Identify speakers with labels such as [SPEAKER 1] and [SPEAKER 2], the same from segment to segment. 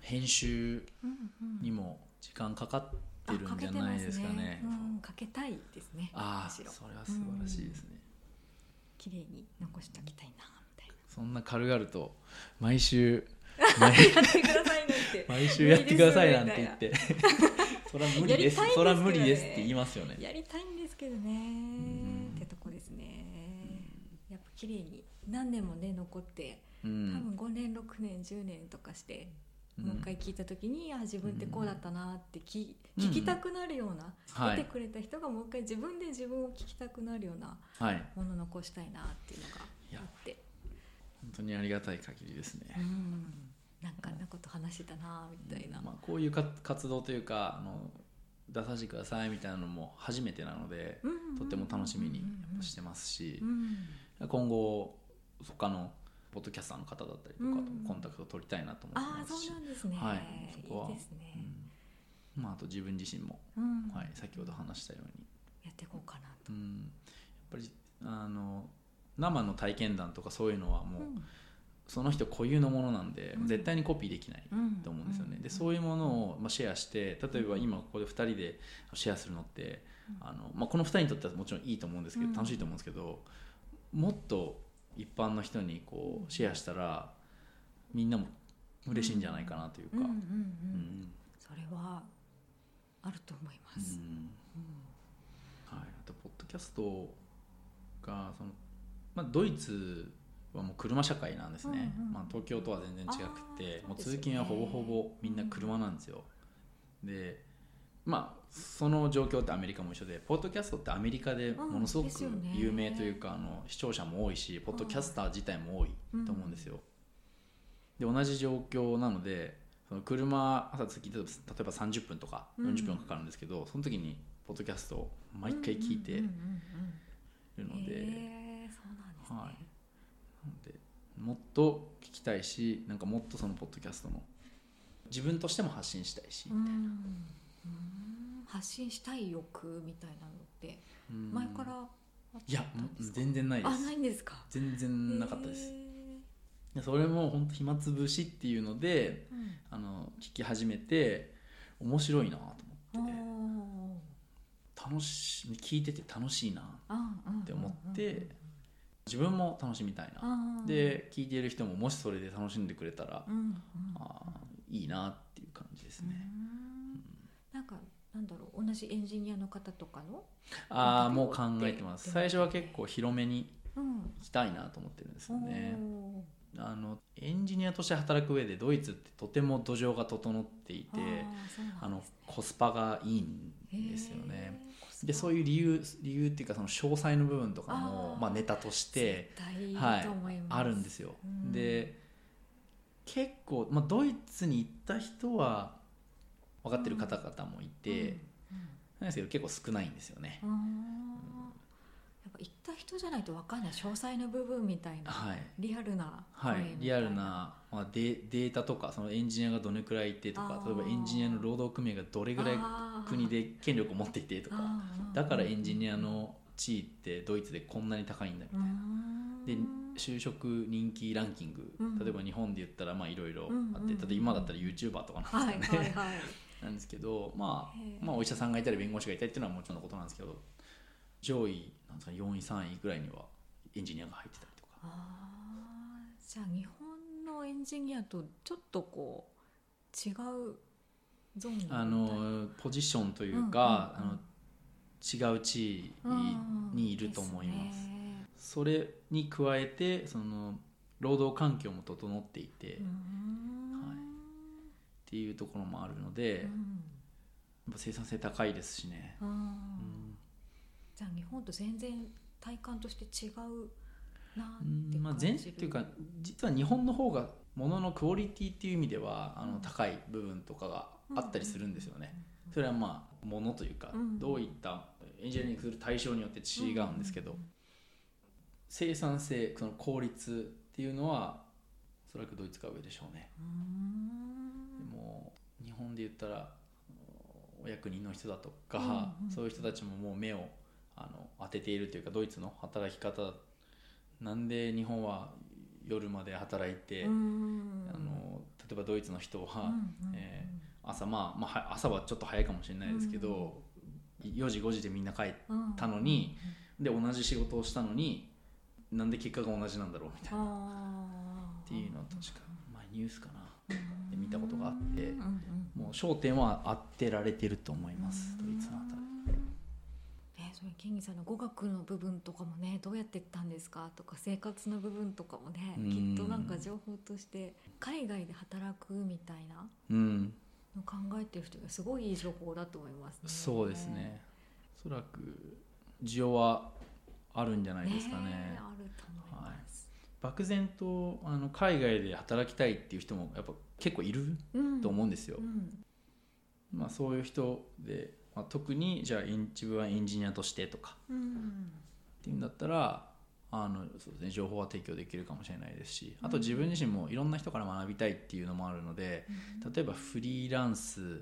[SPEAKER 1] 編集
[SPEAKER 2] うんうん
[SPEAKER 1] にも時間かかってる
[SPEAKER 2] あ
[SPEAKER 1] んじゃないですかね。
[SPEAKER 2] かけてますうん、かけたいですね
[SPEAKER 1] ああ、
[SPEAKER 2] む
[SPEAKER 1] そ
[SPEAKER 2] し
[SPEAKER 1] れ
[SPEAKER 2] ろ
[SPEAKER 1] は素晴らしいですね。
[SPEAKER 2] 綺麗に残しておきたいなみたいな
[SPEAKER 1] そんな軽々と毎週
[SPEAKER 2] やって くださいなんて
[SPEAKER 1] 毎週やってくださいなんて言って、そら無理です。
[SPEAKER 2] やりたいんですけどね
[SPEAKER 1] そら無理ですって言いますよね。
[SPEAKER 2] やりたいんですけどね、
[SPEAKER 1] ん
[SPEAKER 2] ってとこですねやっぱ綺麗に何年もね残って
[SPEAKER 1] う
[SPEAKER 2] 多
[SPEAKER 1] ん。
[SPEAKER 2] 分5年6年10年とかして、
[SPEAKER 1] うん
[SPEAKER 2] もう一回聞いた時にあ自分ってこうだったなってき、
[SPEAKER 1] うん
[SPEAKER 2] 聞きたくなるような、
[SPEAKER 1] は
[SPEAKER 2] 出
[SPEAKER 1] い
[SPEAKER 2] てくれた人がもう一回自分で自分を聞きたくなるような
[SPEAKER 1] はい。
[SPEAKER 2] もの残したいなっていうのがあって、
[SPEAKER 1] 本当にありがたい限りですね
[SPEAKER 2] う。ん、なんかあんなこと話してたなみたいな、
[SPEAKER 1] まあ、こういうか活動というかあの出させてくださいみたいなのも初めてなので、
[SPEAKER 2] うん
[SPEAKER 1] とっても楽しみにやっぱしてますし
[SPEAKER 2] う、ん
[SPEAKER 1] 今後他のポッドキャスターの方だったりとかと
[SPEAKER 2] うん
[SPEAKER 1] コンタクトを取りたいなと思って
[SPEAKER 2] ああ
[SPEAKER 1] ます
[SPEAKER 2] そ
[SPEAKER 1] し、
[SPEAKER 2] うなんですね、
[SPEAKER 1] はい
[SPEAKER 2] い
[SPEAKER 1] そこはい
[SPEAKER 2] ですね、
[SPEAKER 1] うんまあ、あと自分自身も、
[SPEAKER 2] うん
[SPEAKER 1] はい、先ほど話したように、
[SPEAKER 2] やっていこうかなと、
[SPEAKER 1] うん、やっぱりあの生の体験談とかそういうのはもう、その人固有のものなんで、
[SPEAKER 2] うん
[SPEAKER 1] 絶対にコピーできない。
[SPEAKER 2] うん
[SPEAKER 1] と思うんですよね、で
[SPEAKER 2] う
[SPEAKER 1] そういうものをまあシェアして例えば今ここで2人でシェアするのって、
[SPEAKER 2] うん
[SPEAKER 1] あのまあ、この2人にとってはもちろんいいと思うんですけど、
[SPEAKER 2] うん
[SPEAKER 1] 楽しいと思うんですけどもっと一般の人にこ
[SPEAKER 2] うん
[SPEAKER 1] うシェアしたらみんなも嬉しいんじゃないかなというか、
[SPEAKER 2] んうんうん
[SPEAKER 1] うん
[SPEAKER 2] それはあると思います、
[SPEAKER 1] うん
[SPEAKER 2] うん
[SPEAKER 1] はい、あとポッドキャストがその、まあ、ドイツはもう車社会なんですね、
[SPEAKER 2] うんうん
[SPEAKER 1] まあ、東京とは全然違くて、
[SPEAKER 2] あー
[SPEAKER 1] もう
[SPEAKER 2] そうですよね
[SPEAKER 1] 通勤はほぼほぼみんな車なんですよ、でまあその状況ってアメリカも一緒でポッドキャストってアメリカでものすご
[SPEAKER 2] うんで
[SPEAKER 1] く
[SPEAKER 2] すよね
[SPEAKER 1] 有名というか、あの視聴者も多いしポッドキャスター自体も多いと思うんですよ、で同じ状況なのでその車朝月例えば例えば30分とか
[SPEAKER 2] うん
[SPEAKER 1] 40分かかるんですけど、その時にポッドキャストを毎回聞いて
[SPEAKER 2] うん
[SPEAKER 1] る
[SPEAKER 2] うんうんうん
[SPEAKER 1] ので、
[SPEAKER 2] へーそうなんです
[SPEAKER 1] は
[SPEAKER 2] ね、
[SPEAKER 1] いなのでもっと聞きたいしなんかもっとそのポッドキャストの自分としても発信したいし
[SPEAKER 2] う、んうん発信したい欲みたいなのって
[SPEAKER 1] うん
[SPEAKER 2] 前からあったん
[SPEAKER 1] いやもう
[SPEAKER 2] ですか
[SPEAKER 1] 全然ないで
[SPEAKER 2] あ
[SPEAKER 1] す
[SPEAKER 2] ないんですか
[SPEAKER 1] 全然なかったで
[SPEAKER 2] へ
[SPEAKER 1] す
[SPEAKER 2] ー
[SPEAKER 1] でそれも本当暇つぶしっていうので
[SPEAKER 2] うん
[SPEAKER 1] あの聞き始めて面白いなと思って
[SPEAKER 2] おー
[SPEAKER 1] 楽し聞いてて楽しいな
[SPEAKER 2] あうんうんうんうん
[SPEAKER 1] って思って自分も楽しみたいな
[SPEAKER 2] あー
[SPEAKER 1] で聞いている人ももしそれで楽しんでくれたら、
[SPEAKER 2] うんうん
[SPEAKER 1] あーいいなっていう感じです
[SPEAKER 2] う
[SPEAKER 1] ね、
[SPEAKER 2] んなんかなんだろう同じエンジニアの方とかの、
[SPEAKER 1] ああ
[SPEAKER 2] な
[SPEAKER 1] も
[SPEAKER 2] ん
[SPEAKER 1] う
[SPEAKER 2] か
[SPEAKER 1] 考
[SPEAKER 2] こう
[SPEAKER 1] えてます
[SPEAKER 2] や
[SPEAKER 1] 最
[SPEAKER 2] って
[SPEAKER 1] 初は結構広めに
[SPEAKER 2] うん、
[SPEAKER 1] 行きたいなと思ってるんですよね
[SPEAKER 2] おー
[SPEAKER 1] あのエンジニアとして働く上でドイツってとても土壌が整っていて
[SPEAKER 2] あーそうなん
[SPEAKER 1] あの
[SPEAKER 2] ですね
[SPEAKER 1] コスパがいいんですよね
[SPEAKER 2] へーコスパ
[SPEAKER 1] でそういう理由理由っていうかその詳細の部分とかも
[SPEAKER 2] あー
[SPEAKER 1] まあ、ネタとして
[SPEAKER 2] 絶対いいと思います、
[SPEAKER 1] あるんですよ、
[SPEAKER 2] うん
[SPEAKER 1] で結構、まあ、ドイツに行った人は分かってる方々もいて、なんですけど結構少ないんですよね
[SPEAKER 2] う、ん、うんあーやっぱ行った人じゃないと分かんない詳細の部分みたいな
[SPEAKER 1] はい、
[SPEAKER 2] リアルな
[SPEAKER 1] は
[SPEAKER 2] 声
[SPEAKER 1] い
[SPEAKER 2] みた、
[SPEAKER 1] リアルな、まあ、デデータとかそのエンジニアがどれくらいいてとか
[SPEAKER 2] あ
[SPEAKER 1] 例
[SPEAKER 2] ー
[SPEAKER 1] えばエンジニアの労働組合がどれぐらい
[SPEAKER 2] あー
[SPEAKER 1] 国で権力を持っていてとか
[SPEAKER 2] あー
[SPEAKER 1] だからエンジニアの地位ってドイツでこんなに高いんだみたいな。
[SPEAKER 2] うん
[SPEAKER 1] で就職人気ランキング、
[SPEAKER 2] うん
[SPEAKER 1] 例えば日本で言ったらまあいろいろあって、
[SPEAKER 2] うんうんう
[SPEAKER 1] 例
[SPEAKER 2] ん
[SPEAKER 1] えば今だったら YouTuber とかなん
[SPEAKER 2] はい
[SPEAKER 1] ですよ
[SPEAKER 2] は い
[SPEAKER 1] ね、
[SPEAKER 2] はい
[SPEAKER 1] なんですけど、ま
[SPEAKER 2] へ
[SPEAKER 1] あ、
[SPEAKER 2] え
[SPEAKER 1] まあお医者さんがいたり弁護士がいたりっていうのはもちろんのことなんですけど上位なんですか4位3位ぐらいにはエンジニアが入ってたりとか
[SPEAKER 2] あーじゃあ日本のエンジニアとちょっとこう違うゾーンみたいな
[SPEAKER 1] あのポジションというか、
[SPEAKER 2] うんうんうん
[SPEAKER 1] あの違う地位にいると思います。
[SPEAKER 2] うんでね
[SPEAKER 1] それに加えてその労働環境も整っていて、
[SPEAKER 2] う
[SPEAKER 1] っ
[SPEAKER 2] ん
[SPEAKER 1] はいていうところもあるので、
[SPEAKER 2] う
[SPEAKER 1] や
[SPEAKER 2] ん
[SPEAKER 1] っぱ生産性高いですしね。
[SPEAKER 2] あー
[SPEAKER 1] うん
[SPEAKER 2] じゃあ日本と全然体感として違うな
[SPEAKER 1] う
[SPEAKER 2] って感じ
[SPEAKER 1] ん
[SPEAKER 2] る
[SPEAKER 1] まあ、全っていうか実は日本の方がもののクオリティっていう意味ではあ
[SPEAKER 2] う
[SPEAKER 1] の
[SPEAKER 2] ん
[SPEAKER 1] 高い部分とかがあったりするんですよね。
[SPEAKER 2] うんうん
[SPEAKER 1] それはまあものというか、
[SPEAKER 2] うん
[SPEAKER 1] どういったエンジニアリングする対象によって違うんですけど、
[SPEAKER 2] う
[SPEAKER 1] 生産性その効率っていうのはおそらくドイツが上でしょうね。
[SPEAKER 2] うん
[SPEAKER 1] もう日本で言ったらあのお役人の人だとか、
[SPEAKER 2] うんうん
[SPEAKER 1] そういう人たちももう目をあの当てているというかドイツの働き方なんで日本は夜まで働いて、
[SPEAKER 2] うん
[SPEAKER 1] あの例えばドイツの人は、
[SPEAKER 2] うんうん
[SPEAKER 1] え朝まあ、まあは、朝はちょっと早いかもしれないですけど、4時5時でみんな帰って
[SPEAKER 2] うん
[SPEAKER 1] たのにで同じ仕事をしたのになんで結果が同じなんだろうみたいなっ
[SPEAKER 2] あー
[SPEAKER 1] ていうのは確か、まあ、ニュースかな
[SPEAKER 2] うん
[SPEAKER 1] で見たことがあって
[SPEAKER 2] うんうん
[SPEAKER 1] もう焦点は当てられてると思いますドイツのあたり
[SPEAKER 2] ねそれケンギさんの語学の部分とかもねどうやってったんですかとか生活の部分とかもね
[SPEAKER 1] うん
[SPEAKER 2] きっとなんか情報として海外で働くみたいな
[SPEAKER 1] うん
[SPEAKER 2] の考えてる人がすごいいい情報だと思いますね
[SPEAKER 1] そうですねおそらく需要はあるんじゃない
[SPEAKER 2] ね
[SPEAKER 1] ですかね
[SPEAKER 2] あると思います、
[SPEAKER 1] 漠然とあの海外で働きたいっていう人もやっぱ結構いる
[SPEAKER 2] うん
[SPEAKER 1] と思うんですよ、
[SPEAKER 2] うん
[SPEAKER 1] まあ、そういう人で、まあ、特にじゃあエン自分はエンジニアとしてとか
[SPEAKER 2] うん
[SPEAKER 1] っていうんだったらあのそうです、ね、情報は提供できるかもしれないですしあと自分自身もいろんな人から学びたいっていうのもあるので例えばフリーランス、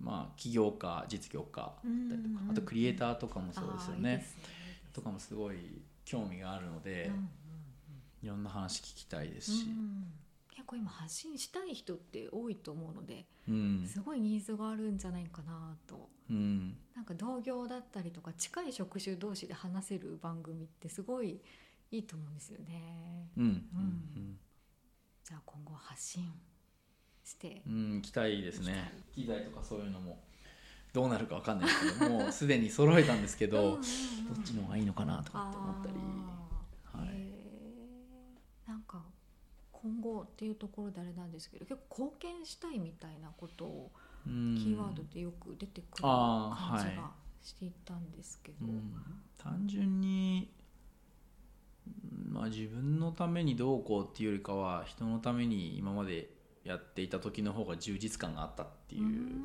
[SPEAKER 1] まあ、起業家実業家だったりとか
[SPEAKER 2] うん
[SPEAKER 1] あとクリエイターとかもそうですよ
[SPEAKER 2] あーいい
[SPEAKER 1] ね
[SPEAKER 2] です
[SPEAKER 1] とかもすごい興味があるの
[SPEAKER 2] ね
[SPEAKER 1] で
[SPEAKER 2] うん
[SPEAKER 1] いろんな話聞きたいです
[SPEAKER 2] う
[SPEAKER 1] し、
[SPEAKER 2] ん結構今発信したい人って多いと思うので、
[SPEAKER 1] うん
[SPEAKER 2] すごいニーズがあるんじゃないかなと
[SPEAKER 1] うん
[SPEAKER 2] なんか同業だったりとか近い職種同士で話せる番組ってすごいいいと思うんですよね
[SPEAKER 1] うんうん
[SPEAKER 2] じゃあ今後発信して
[SPEAKER 1] うんうん期待ですね機材とかそういうのもどうなるかわかんないですけどもうすでに揃えたんですけ
[SPEAKER 2] うんうん
[SPEAKER 1] ど
[SPEAKER 2] うん
[SPEAKER 1] どっちの方がいいのかなとかって思ったり、
[SPEAKER 2] あー
[SPEAKER 1] はい
[SPEAKER 2] へーなんか今後っていうところであれなんですけど結構貢献したいみたいなことを
[SPEAKER 1] うん
[SPEAKER 2] キーワードでよく出てくる
[SPEAKER 1] あ
[SPEAKER 2] 感
[SPEAKER 1] ー
[SPEAKER 2] じ
[SPEAKER 1] は
[SPEAKER 2] がしていたんですけど、
[SPEAKER 1] うん単純に、うんまあ、自分のためにどうこうっていうよりかは人のために今までやっていた時の方が充実感があったっていう、
[SPEAKER 2] うん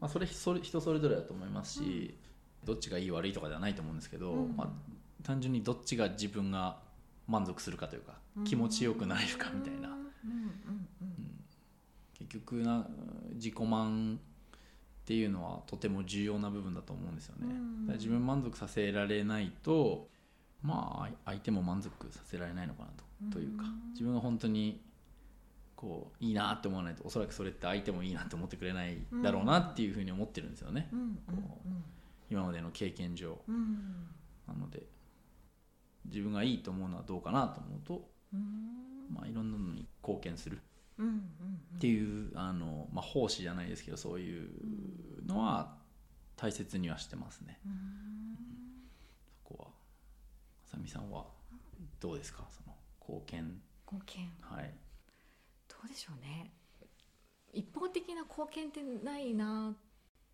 [SPEAKER 1] まあ、それそれ人それぞれだと思いますし、どっちがいい悪いとかではないと思うんですけど、
[SPEAKER 2] うん
[SPEAKER 1] まあ、単純にどっちが自分が満足するかというか
[SPEAKER 2] うん
[SPEAKER 1] 気持ちよくなれるかみたいな、
[SPEAKER 2] うんうんうん
[SPEAKER 1] 結局な自己満っていうのはとても重要な部分だと思うんですよね。
[SPEAKER 2] うん
[SPEAKER 1] だから自分満足させられないとまああ相手も満足させられないのかなと,、
[SPEAKER 2] うん
[SPEAKER 1] というか自分が本当にこういいなって思わないとおそらくそれって相手もいいなって思ってくれないだろうなっていうふうに思ってるんですよね、
[SPEAKER 2] うんうん
[SPEAKER 1] 今までの経験上
[SPEAKER 2] うんうん
[SPEAKER 1] なので自分がいいと思うのはどうかなと思うと、
[SPEAKER 2] うん
[SPEAKER 1] まあ、いろんなのに貢献する
[SPEAKER 2] うんうん
[SPEAKER 1] っていうあの、まあ、奉仕じゃないですけどそういうのは大切にはしてますね
[SPEAKER 2] うん
[SPEAKER 1] そこはあさみさんはどうですかその貢献
[SPEAKER 2] 貢献
[SPEAKER 1] はい
[SPEAKER 2] どうでしょうね一方的な貢献ってないなっ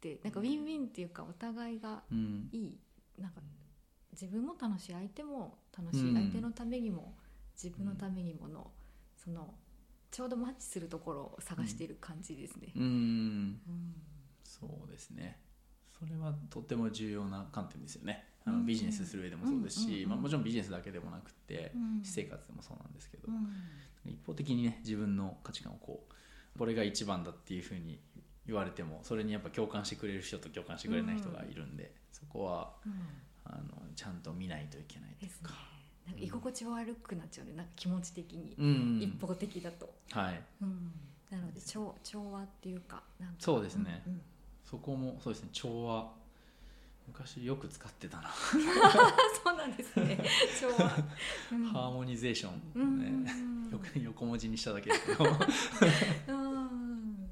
[SPEAKER 2] てなんかウィンウィンっていうかお互いが
[SPEAKER 1] うん
[SPEAKER 2] いいなんか自分も楽しい相手も楽し
[SPEAKER 1] う
[SPEAKER 2] い
[SPEAKER 1] ん
[SPEAKER 2] 相手のためにも自分のためにものそのちょうどマッチするところを探している感じですね
[SPEAKER 1] う。ん
[SPEAKER 2] うん
[SPEAKER 1] そうですねそれはとても重要な観点ですよねあ
[SPEAKER 2] う
[SPEAKER 1] の
[SPEAKER 2] ん
[SPEAKER 1] ビジネスする上でもそうです
[SPEAKER 2] うんうん
[SPEAKER 1] し、
[SPEAKER 2] うん
[SPEAKER 1] まあ、もちろんビジネスだけでもなくて、
[SPEAKER 2] うん
[SPEAKER 1] 私生活でもそうなんですけど、
[SPEAKER 2] うん
[SPEAKER 1] 一方的にね自分の価値観をこうこれが一番だっていうふうに言われてもそれにやっぱ共感してくれる人と共感してくれない人がいるんで、そこは
[SPEAKER 2] うん
[SPEAKER 1] あのちゃんと見ないといけないとい
[SPEAKER 2] で
[SPEAKER 1] う
[SPEAKER 2] すね
[SPEAKER 1] か。。
[SPEAKER 2] なんか居心地悪くなっちゃうね、なんか気持ち的に、
[SPEAKER 1] うん、
[SPEAKER 2] 一方的だと。
[SPEAKER 1] はい
[SPEAKER 2] うんなので調調和っていうか、なんか
[SPEAKER 1] そうですね
[SPEAKER 2] んん
[SPEAKER 1] そこもそうですね調和昔よく使ってたな、
[SPEAKER 2] そうなんですね。調和。うん
[SPEAKER 1] ハーモニゼーショ
[SPEAKER 2] う
[SPEAKER 1] ン、
[SPEAKER 2] ん
[SPEAKER 1] ね
[SPEAKER 2] うん
[SPEAKER 1] よく横文字にしただけですけど、
[SPEAKER 2] うん
[SPEAKER 1] うん、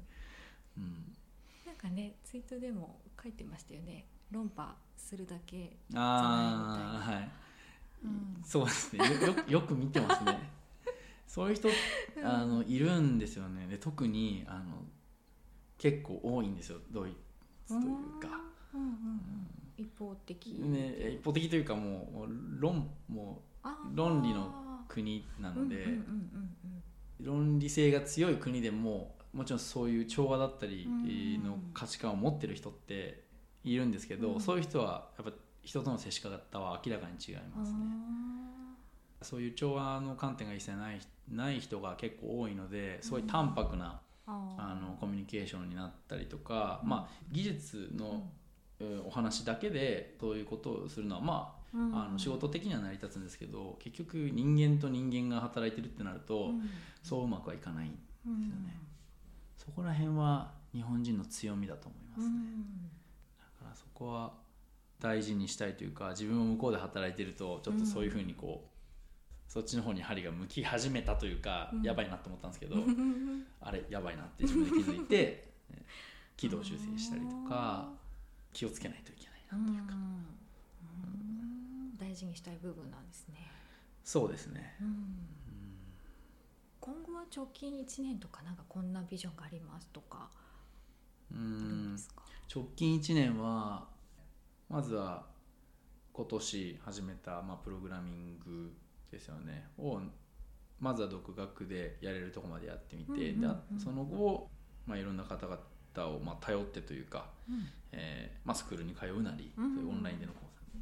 [SPEAKER 2] なんかね、ツイートでも書いてましたよね。論破するだけ。
[SPEAKER 1] ああはい
[SPEAKER 2] うん
[SPEAKER 1] そうですねよよくよく見てますねそういう人あのいるんですよねで特にあの結構多いんですよドイツというか、
[SPEAKER 2] うんうんうん一方的。
[SPEAKER 1] ね、一方的というかもうもう論も
[SPEAKER 2] あー
[SPEAKER 1] 論理のう国なので、
[SPEAKER 2] うんうんうんうん
[SPEAKER 1] 論理性が強い国でももちろんそういう調和だったり
[SPEAKER 2] うん
[SPEAKER 1] えーの価値観を持ってる人っているんですけど、
[SPEAKER 2] うん
[SPEAKER 1] そういう人はやっぱ人との接し方は明らかに違い
[SPEAKER 2] うん
[SPEAKER 1] ますね。そういう調和の観点が一切ないない人が結構多いのですごい淡白な、
[SPEAKER 2] あー
[SPEAKER 1] あのコミュニケーションになったりとか、
[SPEAKER 2] うん
[SPEAKER 1] まあ、技術の、うんお話だけでそういうことをするのは、まあ、
[SPEAKER 2] うん
[SPEAKER 1] あの仕事的には成り立つんですけど結局人間と人間が働いてるってなると、
[SPEAKER 2] うん
[SPEAKER 1] そううまくはいかない
[SPEAKER 2] うん
[SPEAKER 1] すよねそこら辺は日本人の強みだと思いますね、
[SPEAKER 2] うん
[SPEAKER 1] だからそこは大事にしたいというか自分も向こうで働いてるとちょっとそういうふうにこう、そっちの方に針が向き始めたというか、
[SPEAKER 2] うん
[SPEAKER 1] やばいなと思ったんですけどあれやばいなって自分で気づい てね軌道修正したりとか気をつけないといけないな
[SPEAKER 2] うんうん大事にしたい部分なんですね、
[SPEAKER 1] そうですね
[SPEAKER 2] うん今後は直近1年とかなんかこんなビジョンがありますとか
[SPEAKER 1] う
[SPEAKER 2] あるん
[SPEAKER 1] ん
[SPEAKER 2] ですか、
[SPEAKER 1] 直近1年はまずは今年始めた、まあ、プログラミングですよねをまずは独学でやれるとこまでやってみて、
[SPEAKER 2] うんうんうん
[SPEAKER 1] であその後、まあ、いろんな方々を、まあ、頼ってというか、
[SPEAKER 2] うん
[SPEAKER 1] えーまあ、スクールに通うなり、
[SPEAKER 2] うんうん
[SPEAKER 1] そういうオンラインでの講座に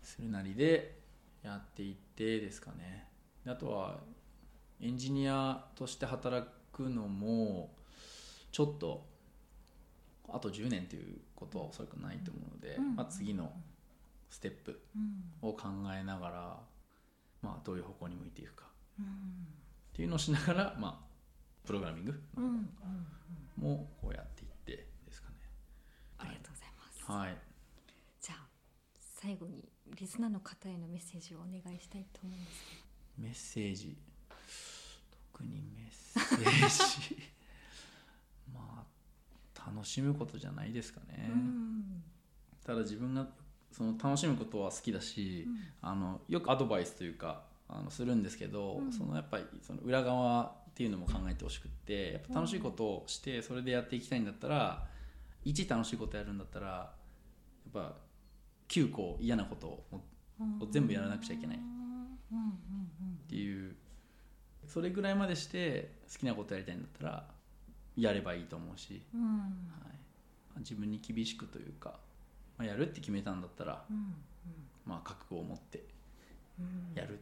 [SPEAKER 1] するなりでやっていってですかねであとはエンジニアとして働くのもちょっとあと10年ということはおそらくないと思うので、
[SPEAKER 2] うん
[SPEAKER 1] まあ、次のステップ
[SPEAKER 2] うん
[SPEAKER 1] を考えながら、まあ、どういう方向に向いていくか
[SPEAKER 2] うん
[SPEAKER 1] っていうのをしながら、まあ、プログラミング
[SPEAKER 2] うんうん
[SPEAKER 1] もこうやっていってですかね。
[SPEAKER 2] ありがとうございます、
[SPEAKER 1] はい
[SPEAKER 2] じゃあ最後にリスナーの方へのメッセージをお願いしたいと思うんです
[SPEAKER 1] メッセージ特にメッセージ まあ楽しむことじゃないですかね
[SPEAKER 2] け、ど、うん
[SPEAKER 1] ただ自分がその楽しむことは好きだし、
[SPEAKER 2] うん
[SPEAKER 1] あのよくアドバイスというかあのするんですけど、
[SPEAKER 2] うん
[SPEAKER 1] そのやっぱりその裏側っていうのも考えてほしくってやっぱ楽しいことをしてそれでやっていきたいんだったら1楽しいことやるんだったらやっぱ9個嫌なことを持ってを全部やらなくちゃいけない
[SPEAKER 2] うんうんうん
[SPEAKER 1] っていうそれぐらいまでして好きなことやりたいんだったらやればいいと思うし、
[SPEAKER 2] うんうん
[SPEAKER 1] はい、自分に厳しくというか、まあ、やるって決めたんだったら、
[SPEAKER 2] うん
[SPEAKER 1] まあ、覚悟を持って
[SPEAKER 2] うん
[SPEAKER 1] やるっ